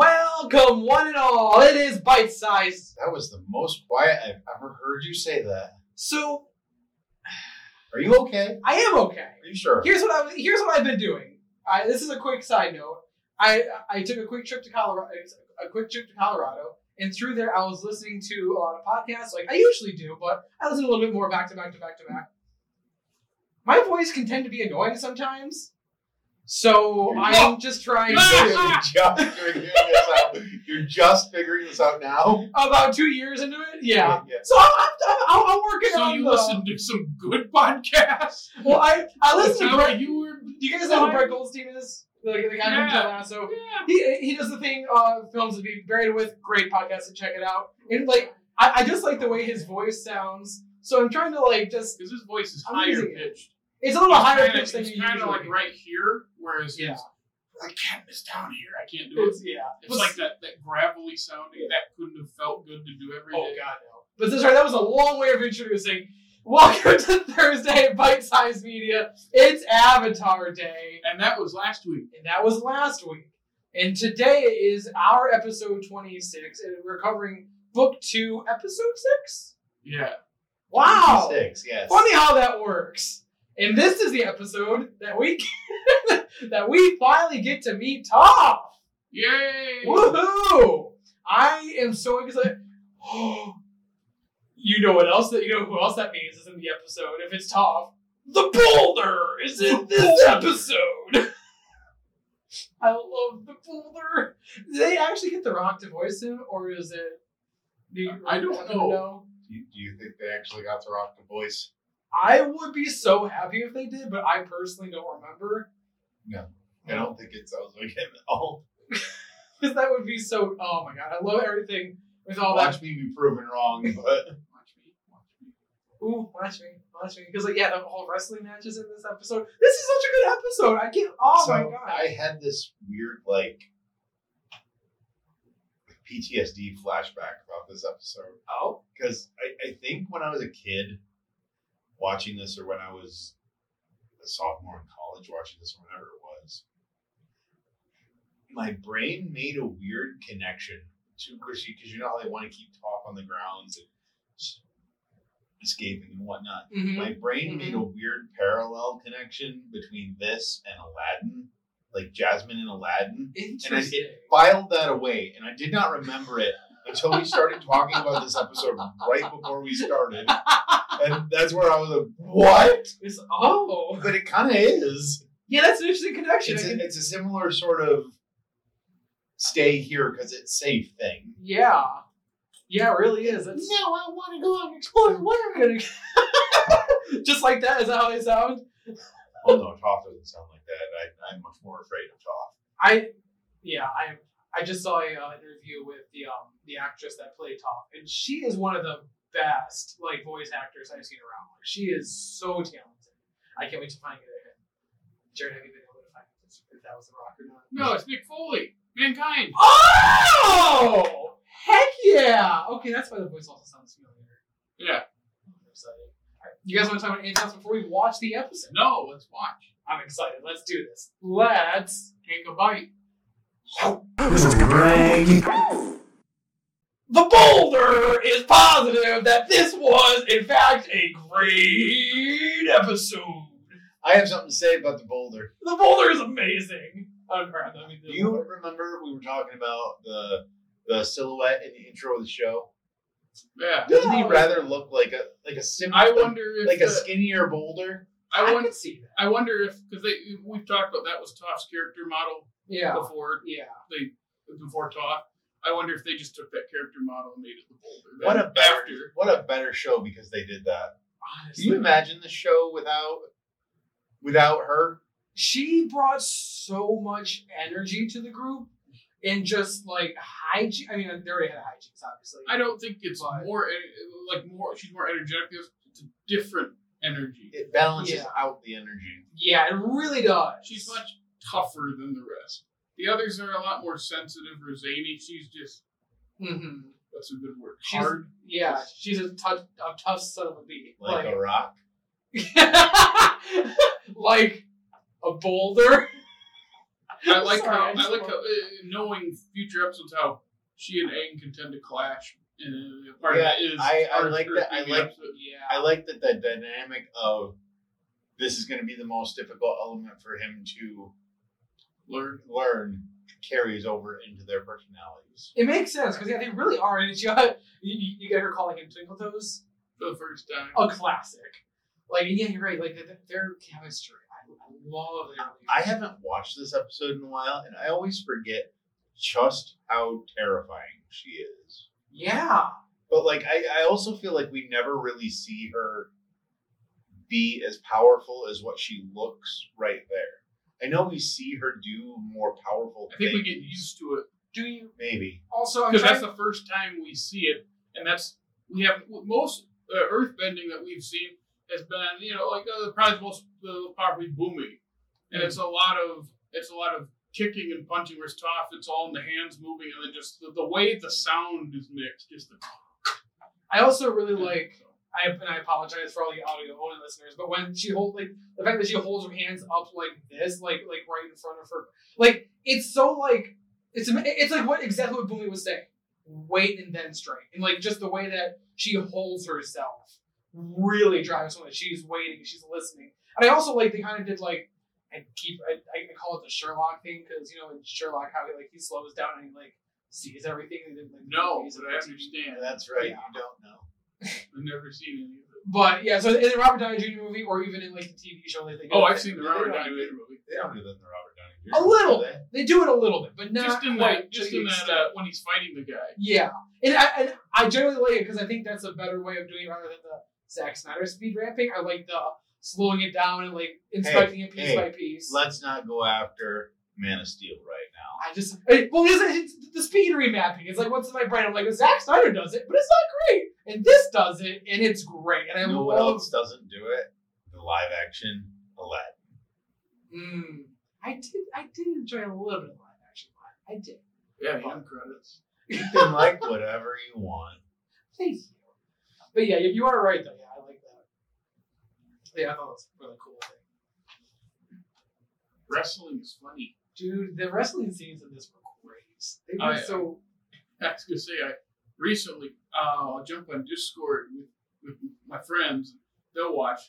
Welcome, one and all. It is bite sized. That was the most quiet I've ever heard you say that. So Are you okay? I am okay. Are you sure? Here's what I here's what I've been doing. I, this is a quick side note. I I took a quick trip to Colorado, a quick trip to Colorado, and through there I was listening to a lot of podcasts, like I usually do, but I listen a little bit more back to back to back to back. My voice can tend to be annoying sometimes, so I'm just trying You're to. just, you're just figuring this out. You're just figuring this out now. About two years into it, yeah. Yeah. So I'm, I'm, I'm, I'm working So on. you the- listen to some good podcasts. Well, I I listen to That's how Brett. you were. Do you guys know who Brett Goldstein is? The, the guy from Yeah. Ted Lasso. Yeah. He he does the thing uh films to be buried with. Great podcast to check it out. And like I, I just like the way his voice sounds. So I'm trying to like just Because his voice is I'm higher using it. pitched. it's a little It's higher kinda- pitch than It's you kind of usually. like right here, whereas Yeah. his, I can't. It's down here. I can't do it. It's, yeah. It's like that, that gravelly sounding that couldn't have felt good to do every day. oh god no. But this right that was a long way of introducing. Welcome to Thursday Bite Size Media. It's Avatar Day. And that was last week. and that was last week. And today is our episode 26, and we're covering book two, episode six. Yeah. Wow! Six, yes. Funny how that works. And this is the episode that we that we finally get to meet Toph. Yay! Woohoo! I am so excited. you know what else that you know who else that means is in the episode if it's Toph. The boulder is in this episode. I love the boulder. Did they actually get the rock to voice him, or is it? do you- I don't happen to know. Do you, do you think they actually got the rock to voice? I would be so happy if they did, but I personally don't remember Mm. I don't think it sounds like him at all. because that would be so. Oh my god, I love everything with all Oh, that Watch me be proven wrong, but Watch me. Watch me. Ooh, watch me, watch me. Because like, yeah, the whole wrestling matches in this episode. This is such a good episode. I can't. Oh So, my god. I had this weird like PTSD flashback about this episode. oh, because I, I think when I was a kid watching this, or when I was a sophomore in college watching this, or whatever it was, my brain made a weird connection to Chrissy because you know how they want to keep top on the grounds and s- escaping Mm-hmm. and whatnot. hmm Mm-hmm. My brain made a weird parallel connection between this and Aladdin, like Jasmine and Aladdin interesting. filed that away, and I did not remember it until we started talking about this episode right before we started. And that's where I was like, what? It's- oh, But it kind of is. yeah, that's an interesting connection. It's I a, can- it's a similar sort of stay here because it's safe thing. yeah, yeah, it really is. That's I want to go out and Boy, what are we gonna- Just like that, is that how they sound? Oh no, Toph doesn't sound like that. I, I'm much more afraid of Toph. I, yeah, I, I just saw a uh, interview with the um the actress that played Top, and she is one of the best like voice actors I've seen around. Like she is so talented. I can't wait to find it. Jared, have you been able to find if that was the rock or not? No, it's Nick Foley. Mankind. Oh, heck yeah! Okay, that's why the voice also sounds familiar. Yeah. I'm excited. All right, You guys want to talk about anything else before we watch the episode? No, let's watch. I'm excited. Let's do this. Let's. Take a bite. The boulder is positive that this was, in fact, a great episode. I have something to say about the boulder. The boulder is amazing. Oh crap! I mean, Do you remember we were talking about the the silhouette in the intro of the show? Yeah. Doesn't he Yeah. rather look like a like a sim- I wonder if. like a the- skinnier boulder? I, I wonder, can see that. I wonder if. Because we've talked about that was Toph's character model Yeah. before Yeah. before Toph. I wonder if they just took that character model and made it the boulder. What Then a better, after. what a better show because they did that. Can Honestly, you imagine the show without without her? she brought so much energy to the group, and just like hygiene. I mean, uh, they already had hijinks, obviously. I don't think it's But- more en- like more. She's more energetic. It's it's a different energy. It balances Yeah. out the energy. yeah, it really does. She's much tougher than the rest. The others are a lot more sensitive or zany. She's just hmm that's a good word. She's- Hard. Yeah, she's a tough, a tough son of a bee. Like a rock. like a boulder. I like Sorry, how I just I like want- how, uh, knowing future episodes how she and Aang contend to clash, and uh, part Yeah, of that is I- I Arthur like that- I in the like- episode. yeah. I like that the dynamic of this is going to be the most difficult element for him to learn. learn carries over into their personalities. It makes sense because yeah, they really are. And it's, you, got, you, you- you get her calling him Twinkle Toes, for the first time. Oh, a classic. Like yeah, you're right. Like their, their chemistry, I, I love their. I haven't watched this episode in a while, and I always forget just how terrifying she is. Yeah, But like, I, I also feel like we never really see her be as powerful as what she looks right there. I know we see her do more powerful. I think we things, get used to it do you? maybe. Also, I'm because trying. that's the first time we see it, and that's we have most uh, earth bending that we've seen has been you know like uh, probably the most uh, probably booming, and it's a lot of it's a lot of kicking and punching where it's tough. It's all in the hands moving, and then just the, the way the sound is mixed, just the I also really like. I and I apologize for all the audio only listeners, but when she hold like the fact that she holds her hands up like this, like like right in front of her, like it's so like it's ama- it's like what exactly what Boomy was saying. Wait and then strike, and like just the way that she holds herself really drives home that she's waiting, she's listening, and I also like they kind of did like I keep I, I call it the Sherlock thing because you know in Sherlock how he like he slows down and he like sees everything and then like no, he's but I understand. Yeah, that's right. Yeah. You don't know. I've never seen any of it. But yeah, so in the Robert Downey Jr. movie, or even in like the TV show, they, they do Oh, it. I've seen the They Robert do it. Downey Jr. movie. They don't do that in the Robert Downey eh? Jr. A little. do they? They do it a little bit, but not Just in quite that, to just the in that extent. uh, when he's fighting the guy. yeah, and I, and I generally like it because I think that's a better way of doing it rather than the Zack Snyder speed ramping. I like the slowing it down and like inspecting it piece hey, by piece. Let's not go after Man of Steel right now. I just I- well, it's, it's the speed remapping. It's like what's in my brain? I'm like Zack Snyder does it, but it's not great, and this does it, and it's great, and I You know love. what else doesn't do it? The live action Aladdin. Mm, I did I did enjoy a little bit of live action. I did. Yeah, end credits. You can like whatever you want. Thank you. But yeah, you- you are right though. Yeah, I like that. Yeah, I thought it was a really cool thing. Wrestling is funny. Dude, the wrestling scenes in this were great. They were Oh, yeah. so I was gonna say I recently uh, I'll jump on Discord with, with my friends. They'll watch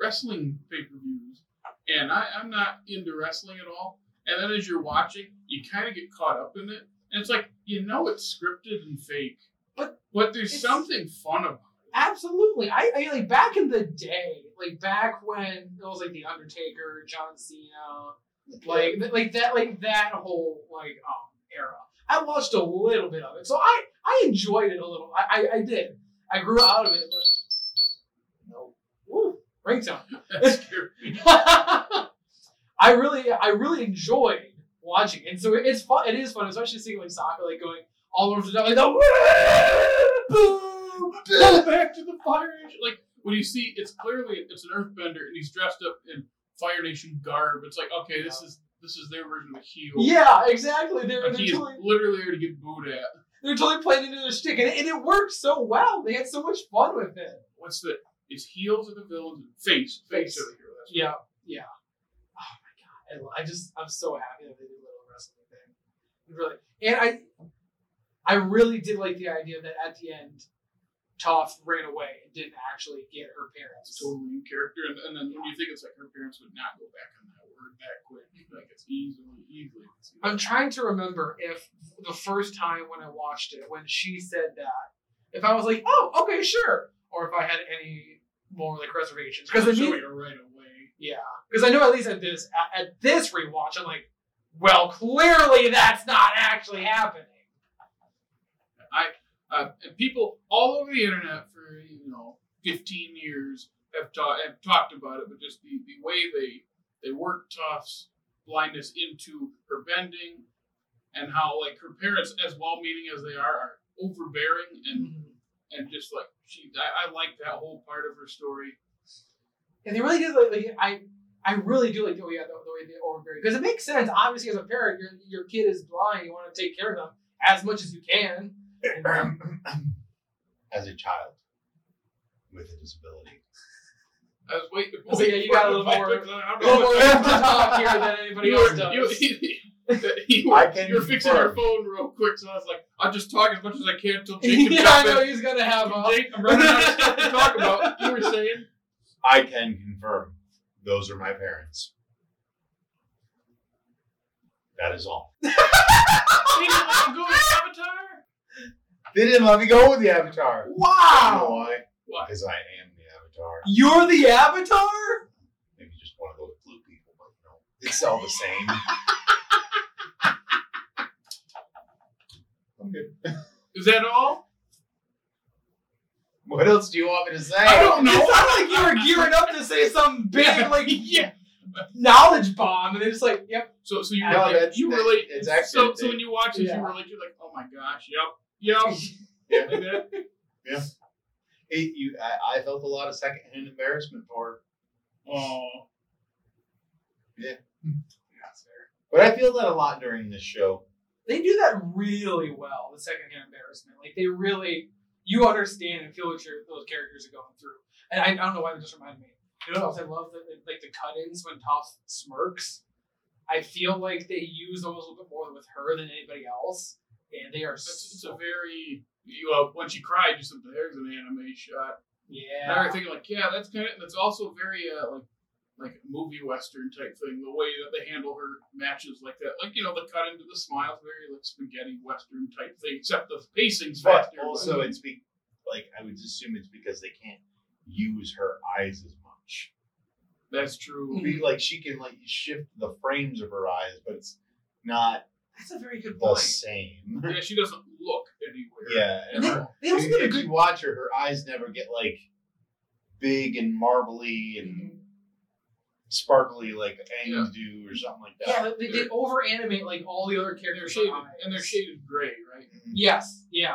wrestling pay per views, and I, I'm not into wrestling at all. And then as you're watching, you kind of get caught up in it, and it's like you know it's scripted and fake, But but there's it's- something fun about it. absolutely. I, I like back in the day, like back when it was like the Undertaker, John Cena, like th- like that like that whole like um era. I watched a little bit of it, so I I enjoyed it a little. I I, I did. I grew out of it, but no. Woo, ringtone. That scared me. I really, I really enjoyed watching, it. and so it's fun. It is fun, especially seeing like soccer like going all over the like the boom, Go back to the Fire Nation. Like when you see, it's clearly it's an Earthbender, and he's dressed up in Fire Nation garb. It's like okay, this is this is their version of a heel. yeah, exactly. They're, Like they're he is totally, literally there to get booed at. they're totally playing into their stick, and, it- and it worked so well. They had so much fun with it. What's the? It's heels of the villains and face. Face Face. of the hero. That's Yeah, yeah. Oh my god, I, I just I'm so happy that they did little wrestling thing. Really, and I, I really did like the idea that at the end, Toph ran away and didn't actually get her parents. It's totally in character. And, and then when you think it's like her parents would not go back on that word that quick. Like it's easily, easily. I'm trying to remember if the first time when I watched it, when she said that, if I was like, oh, okay, sure, or if I had any more like reservations. Because I'm showing her right away. Yeah, because I know at least at this at, at this rewatch, I'm like, well, clearly that's not actually happening. Uh, and people all over the internet for you know 15 years have taught have talked about it, but just the, the way they they work Toph's blindness into her bending, and how like her parents, as well meaning as they are, are overbearing and Mm-hmm. and just like she, I, I like that whole part of her story. And they really did like, like I I really do like oh yeah the, the way they overbearing because it makes sense. Obviously, as a parent, your your kid is blind. You want to take care of them as much as you can. And- um, As a child with a disability. I Oh, was waiting. So, yeah, you got a little more- a little more more. over the top here than anybody else does. You, you, that he I can you're fixing your confirm. phone real quick, so I was like, I'll just talk as much as I can till Jake can yeah, I jump know in. he's gonna have a. Jake, I'm running out of stuff to talk about. You were saying I can confirm those are my parents. That is all. he didn't want to go with Avatar. They didn't let me go with the Avatar. You know Wow, why? Why? Because I am the Avatar. you're the Avatar. Maybe just one of those blue people, but you know, it's all the same. okay. Is that all? What else do you want me to say? I don't know. It sounded like you were gearing up to say some big like yeah. knowledge bomb, and they're just like, "Yep, So so you No, relate, that's- you that- relate it's actually so the so when thing. you watch this Yeah. you relate you're like oh my gosh yep yep Yeah. like that. It- you, I, I felt a lot of secondhand embarrassment for her. oh But I feel that a lot during this show. they do that really well." The secondhand embarrassment, like they really, you understand and feel what your, those characters are going through. And I, I don't know why that just reminded me. You know what else I love? The, like the cut-ins when Toph smirks. I feel like they use those a little bit more with her than anybody else, and they are that's it's so, a very you uh, when she cried you said there's an anime shot and I yeah. was thinking like yeah that's kind of that's also very uh like like movie western type thing the way that they handle her matches like that like you know the cut into the smiles very like spaghetti western type thing except the pacing's But faster also, it's be, like I would assume it's because they can't use her eyes as much. that's true Be Hmm. like she can like shift the frames of her eyes, but it's not That's a very good the point. same. yeah she doesn't look anywhere Hmm. Yeah, And and They- her- They also if did a if good. you watch her, her eyes never get like big and marbly and sparkly like Aang's do or something like that. Yeah, they, they over animate like all the other and they're characters' shaded eyes. and they're shaded gray right Mhm. Yes. Yeah.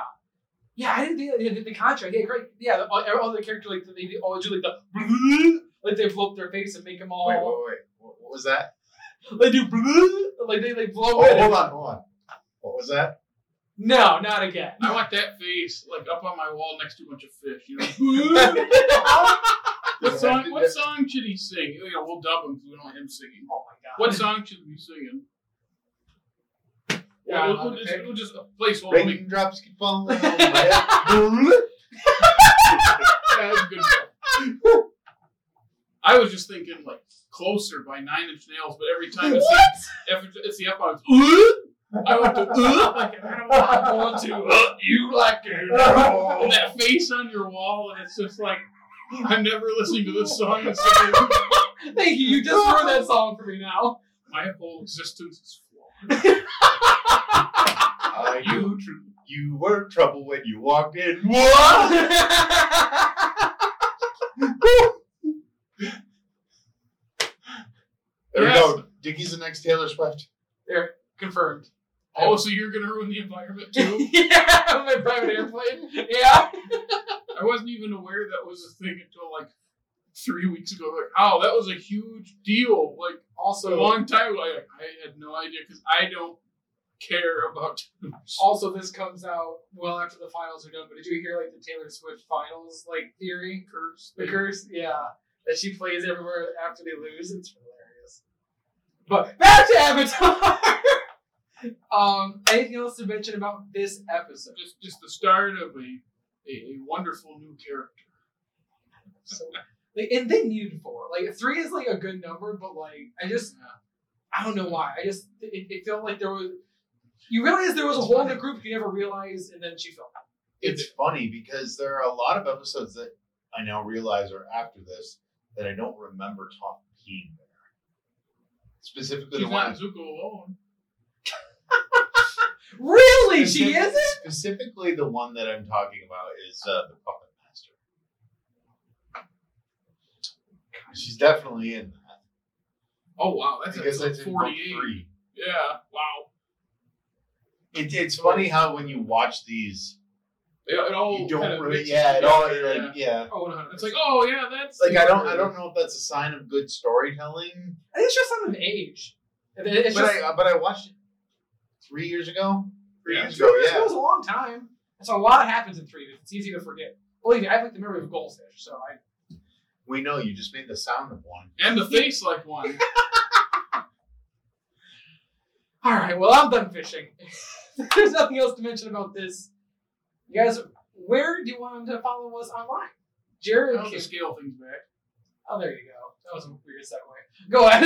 Yeah, I didn't think that- the, the contract. Yeah, great. Yeah, the, all, all the character like they, they all do like the like they blow up their face and make them all Wait, wait, wait. What, what was that? they do like they like blow Oh, it. hold on, hold on. What was that? No, not again. I want that face like up on my wall next to a bunch of fish. You know, what song? What song should he sing? You know, we'll dub him because we don't want him singing. Oh my god. What song should we be singing? Yeah, we'll, I'll we'll, have just, to we'll just place one. Rain drops keep on rolling on my head. Yeah, that's a good one. I was just thinking like closer by Nine Inch Nails, but every time it's What? the every, it's the up on I went to uh, like I don't want to uh, you like it. Oh, And that face on your wall, and it's just like I'm never listening to this song. the same. Thank you. You just ruined that song for me now. My whole existence is flawed. I knew You true. Uh, you were trouble when you walked in. What? What? There Yes. we go. Dickie's the next Taylor Swift. Confirmed. Oh, so you're gonna ruin the environment too? yeah, my private airplane. Yeah. I wasn't even aware that was a thing until like three weeks ago. Like, oh, that was a huge deal. Like a Also, long time ago. Like, I had no idea because I don't care about. also this comes out well after the finals are done. But did you hear like the Taylor Swift finals like theory curse? The curse, yeah, that she plays everywhere after they lose. It's hilarious. But back to Avatar. um, anything else to mention about this episode? Just, just the start of a, a, a wonderful new character. So, like, and they need four. Like three is like a good number, but like I just I don't know why. I just it, it felt like there was you realize there was a hole in the group you never realized, and then she fell. out. It's funny because there are a lot of episodes that I now realize are after this that I don't remember Top being there. Specifically, She's the one not Zuko alone. Really, she isn't. Specifically, the one that I'm talking about is uh, the Puppet Master. She's definitely in that Oh wow, that's because episode it's in book 48. three. Yeah, wow. It, it's funny how when you watch these, It, it all you don't Oh, kinda really, mixes yeah, it together, all like, yeah. Oh, 100. It's like, oh yeah, that's Like I don't, I Zuko. don't know if that's a sign of good storytelling, I think it's just something of age. It- It's but just, I, but I watched it three years ago. Three Yeah. years two ago, years ago yeah. is a long time. And so a lot happens in three years. It's easy to forget. Believe me, I have like the memory of a goldfish, so I. We know you just made the sound of one. And the face like one. All right, well, I'm done fishing. There's nothing else to mention about this. You guys, where do you want them to follow us online? Jared, I'll just scale things back. oh, there you go. That was a weird segue. Go ahead.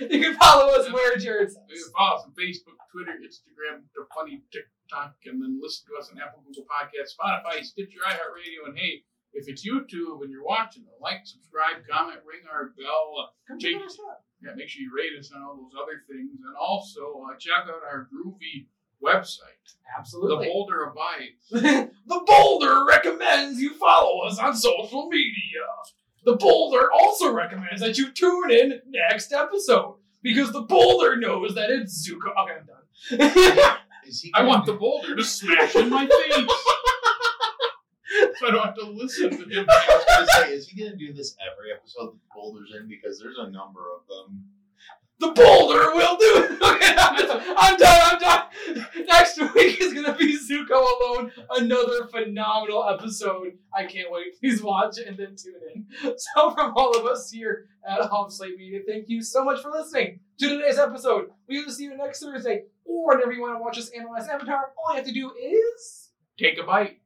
you can follow us where Jared You says. can follow us on Facebook, Twitter, Instagram, the funny TikTok, and then listen to us on Apple, Google Podcasts, Spotify, Stitcher, iHeartRadio, and hey, if it's YouTube and you're watching, like, subscribe, comment, ring our bell. Come check us out. Yeah, make sure you rate us on all those other things, and also uh, check out our groovy website, The Absolutely. Boulder Abides. the Boulder recommends you follow us on social media. The Boulder also recommends that you tune in next episode because the Boulder knows that it's Zuko. Okay, I'm done. Is he? I want the gonna- boulder to smash in my face. so I don't have to listen to him. I was gonna say, is he gonna do this every episode that Boulder's in? Because there's a number of them. The boulder will do it. Okay, I'm, I'm done. I'm done. Next week is gonna be Zuko alone. Another phenomenal episode. I can't wait. Please watch it and then tune in. So from all of us here at Home Slate Media, thank you so much for listening to today's episode. We will see you next Thursday, or whenever you want to watch us analyze Avatar. All you have to do is. Take a bite.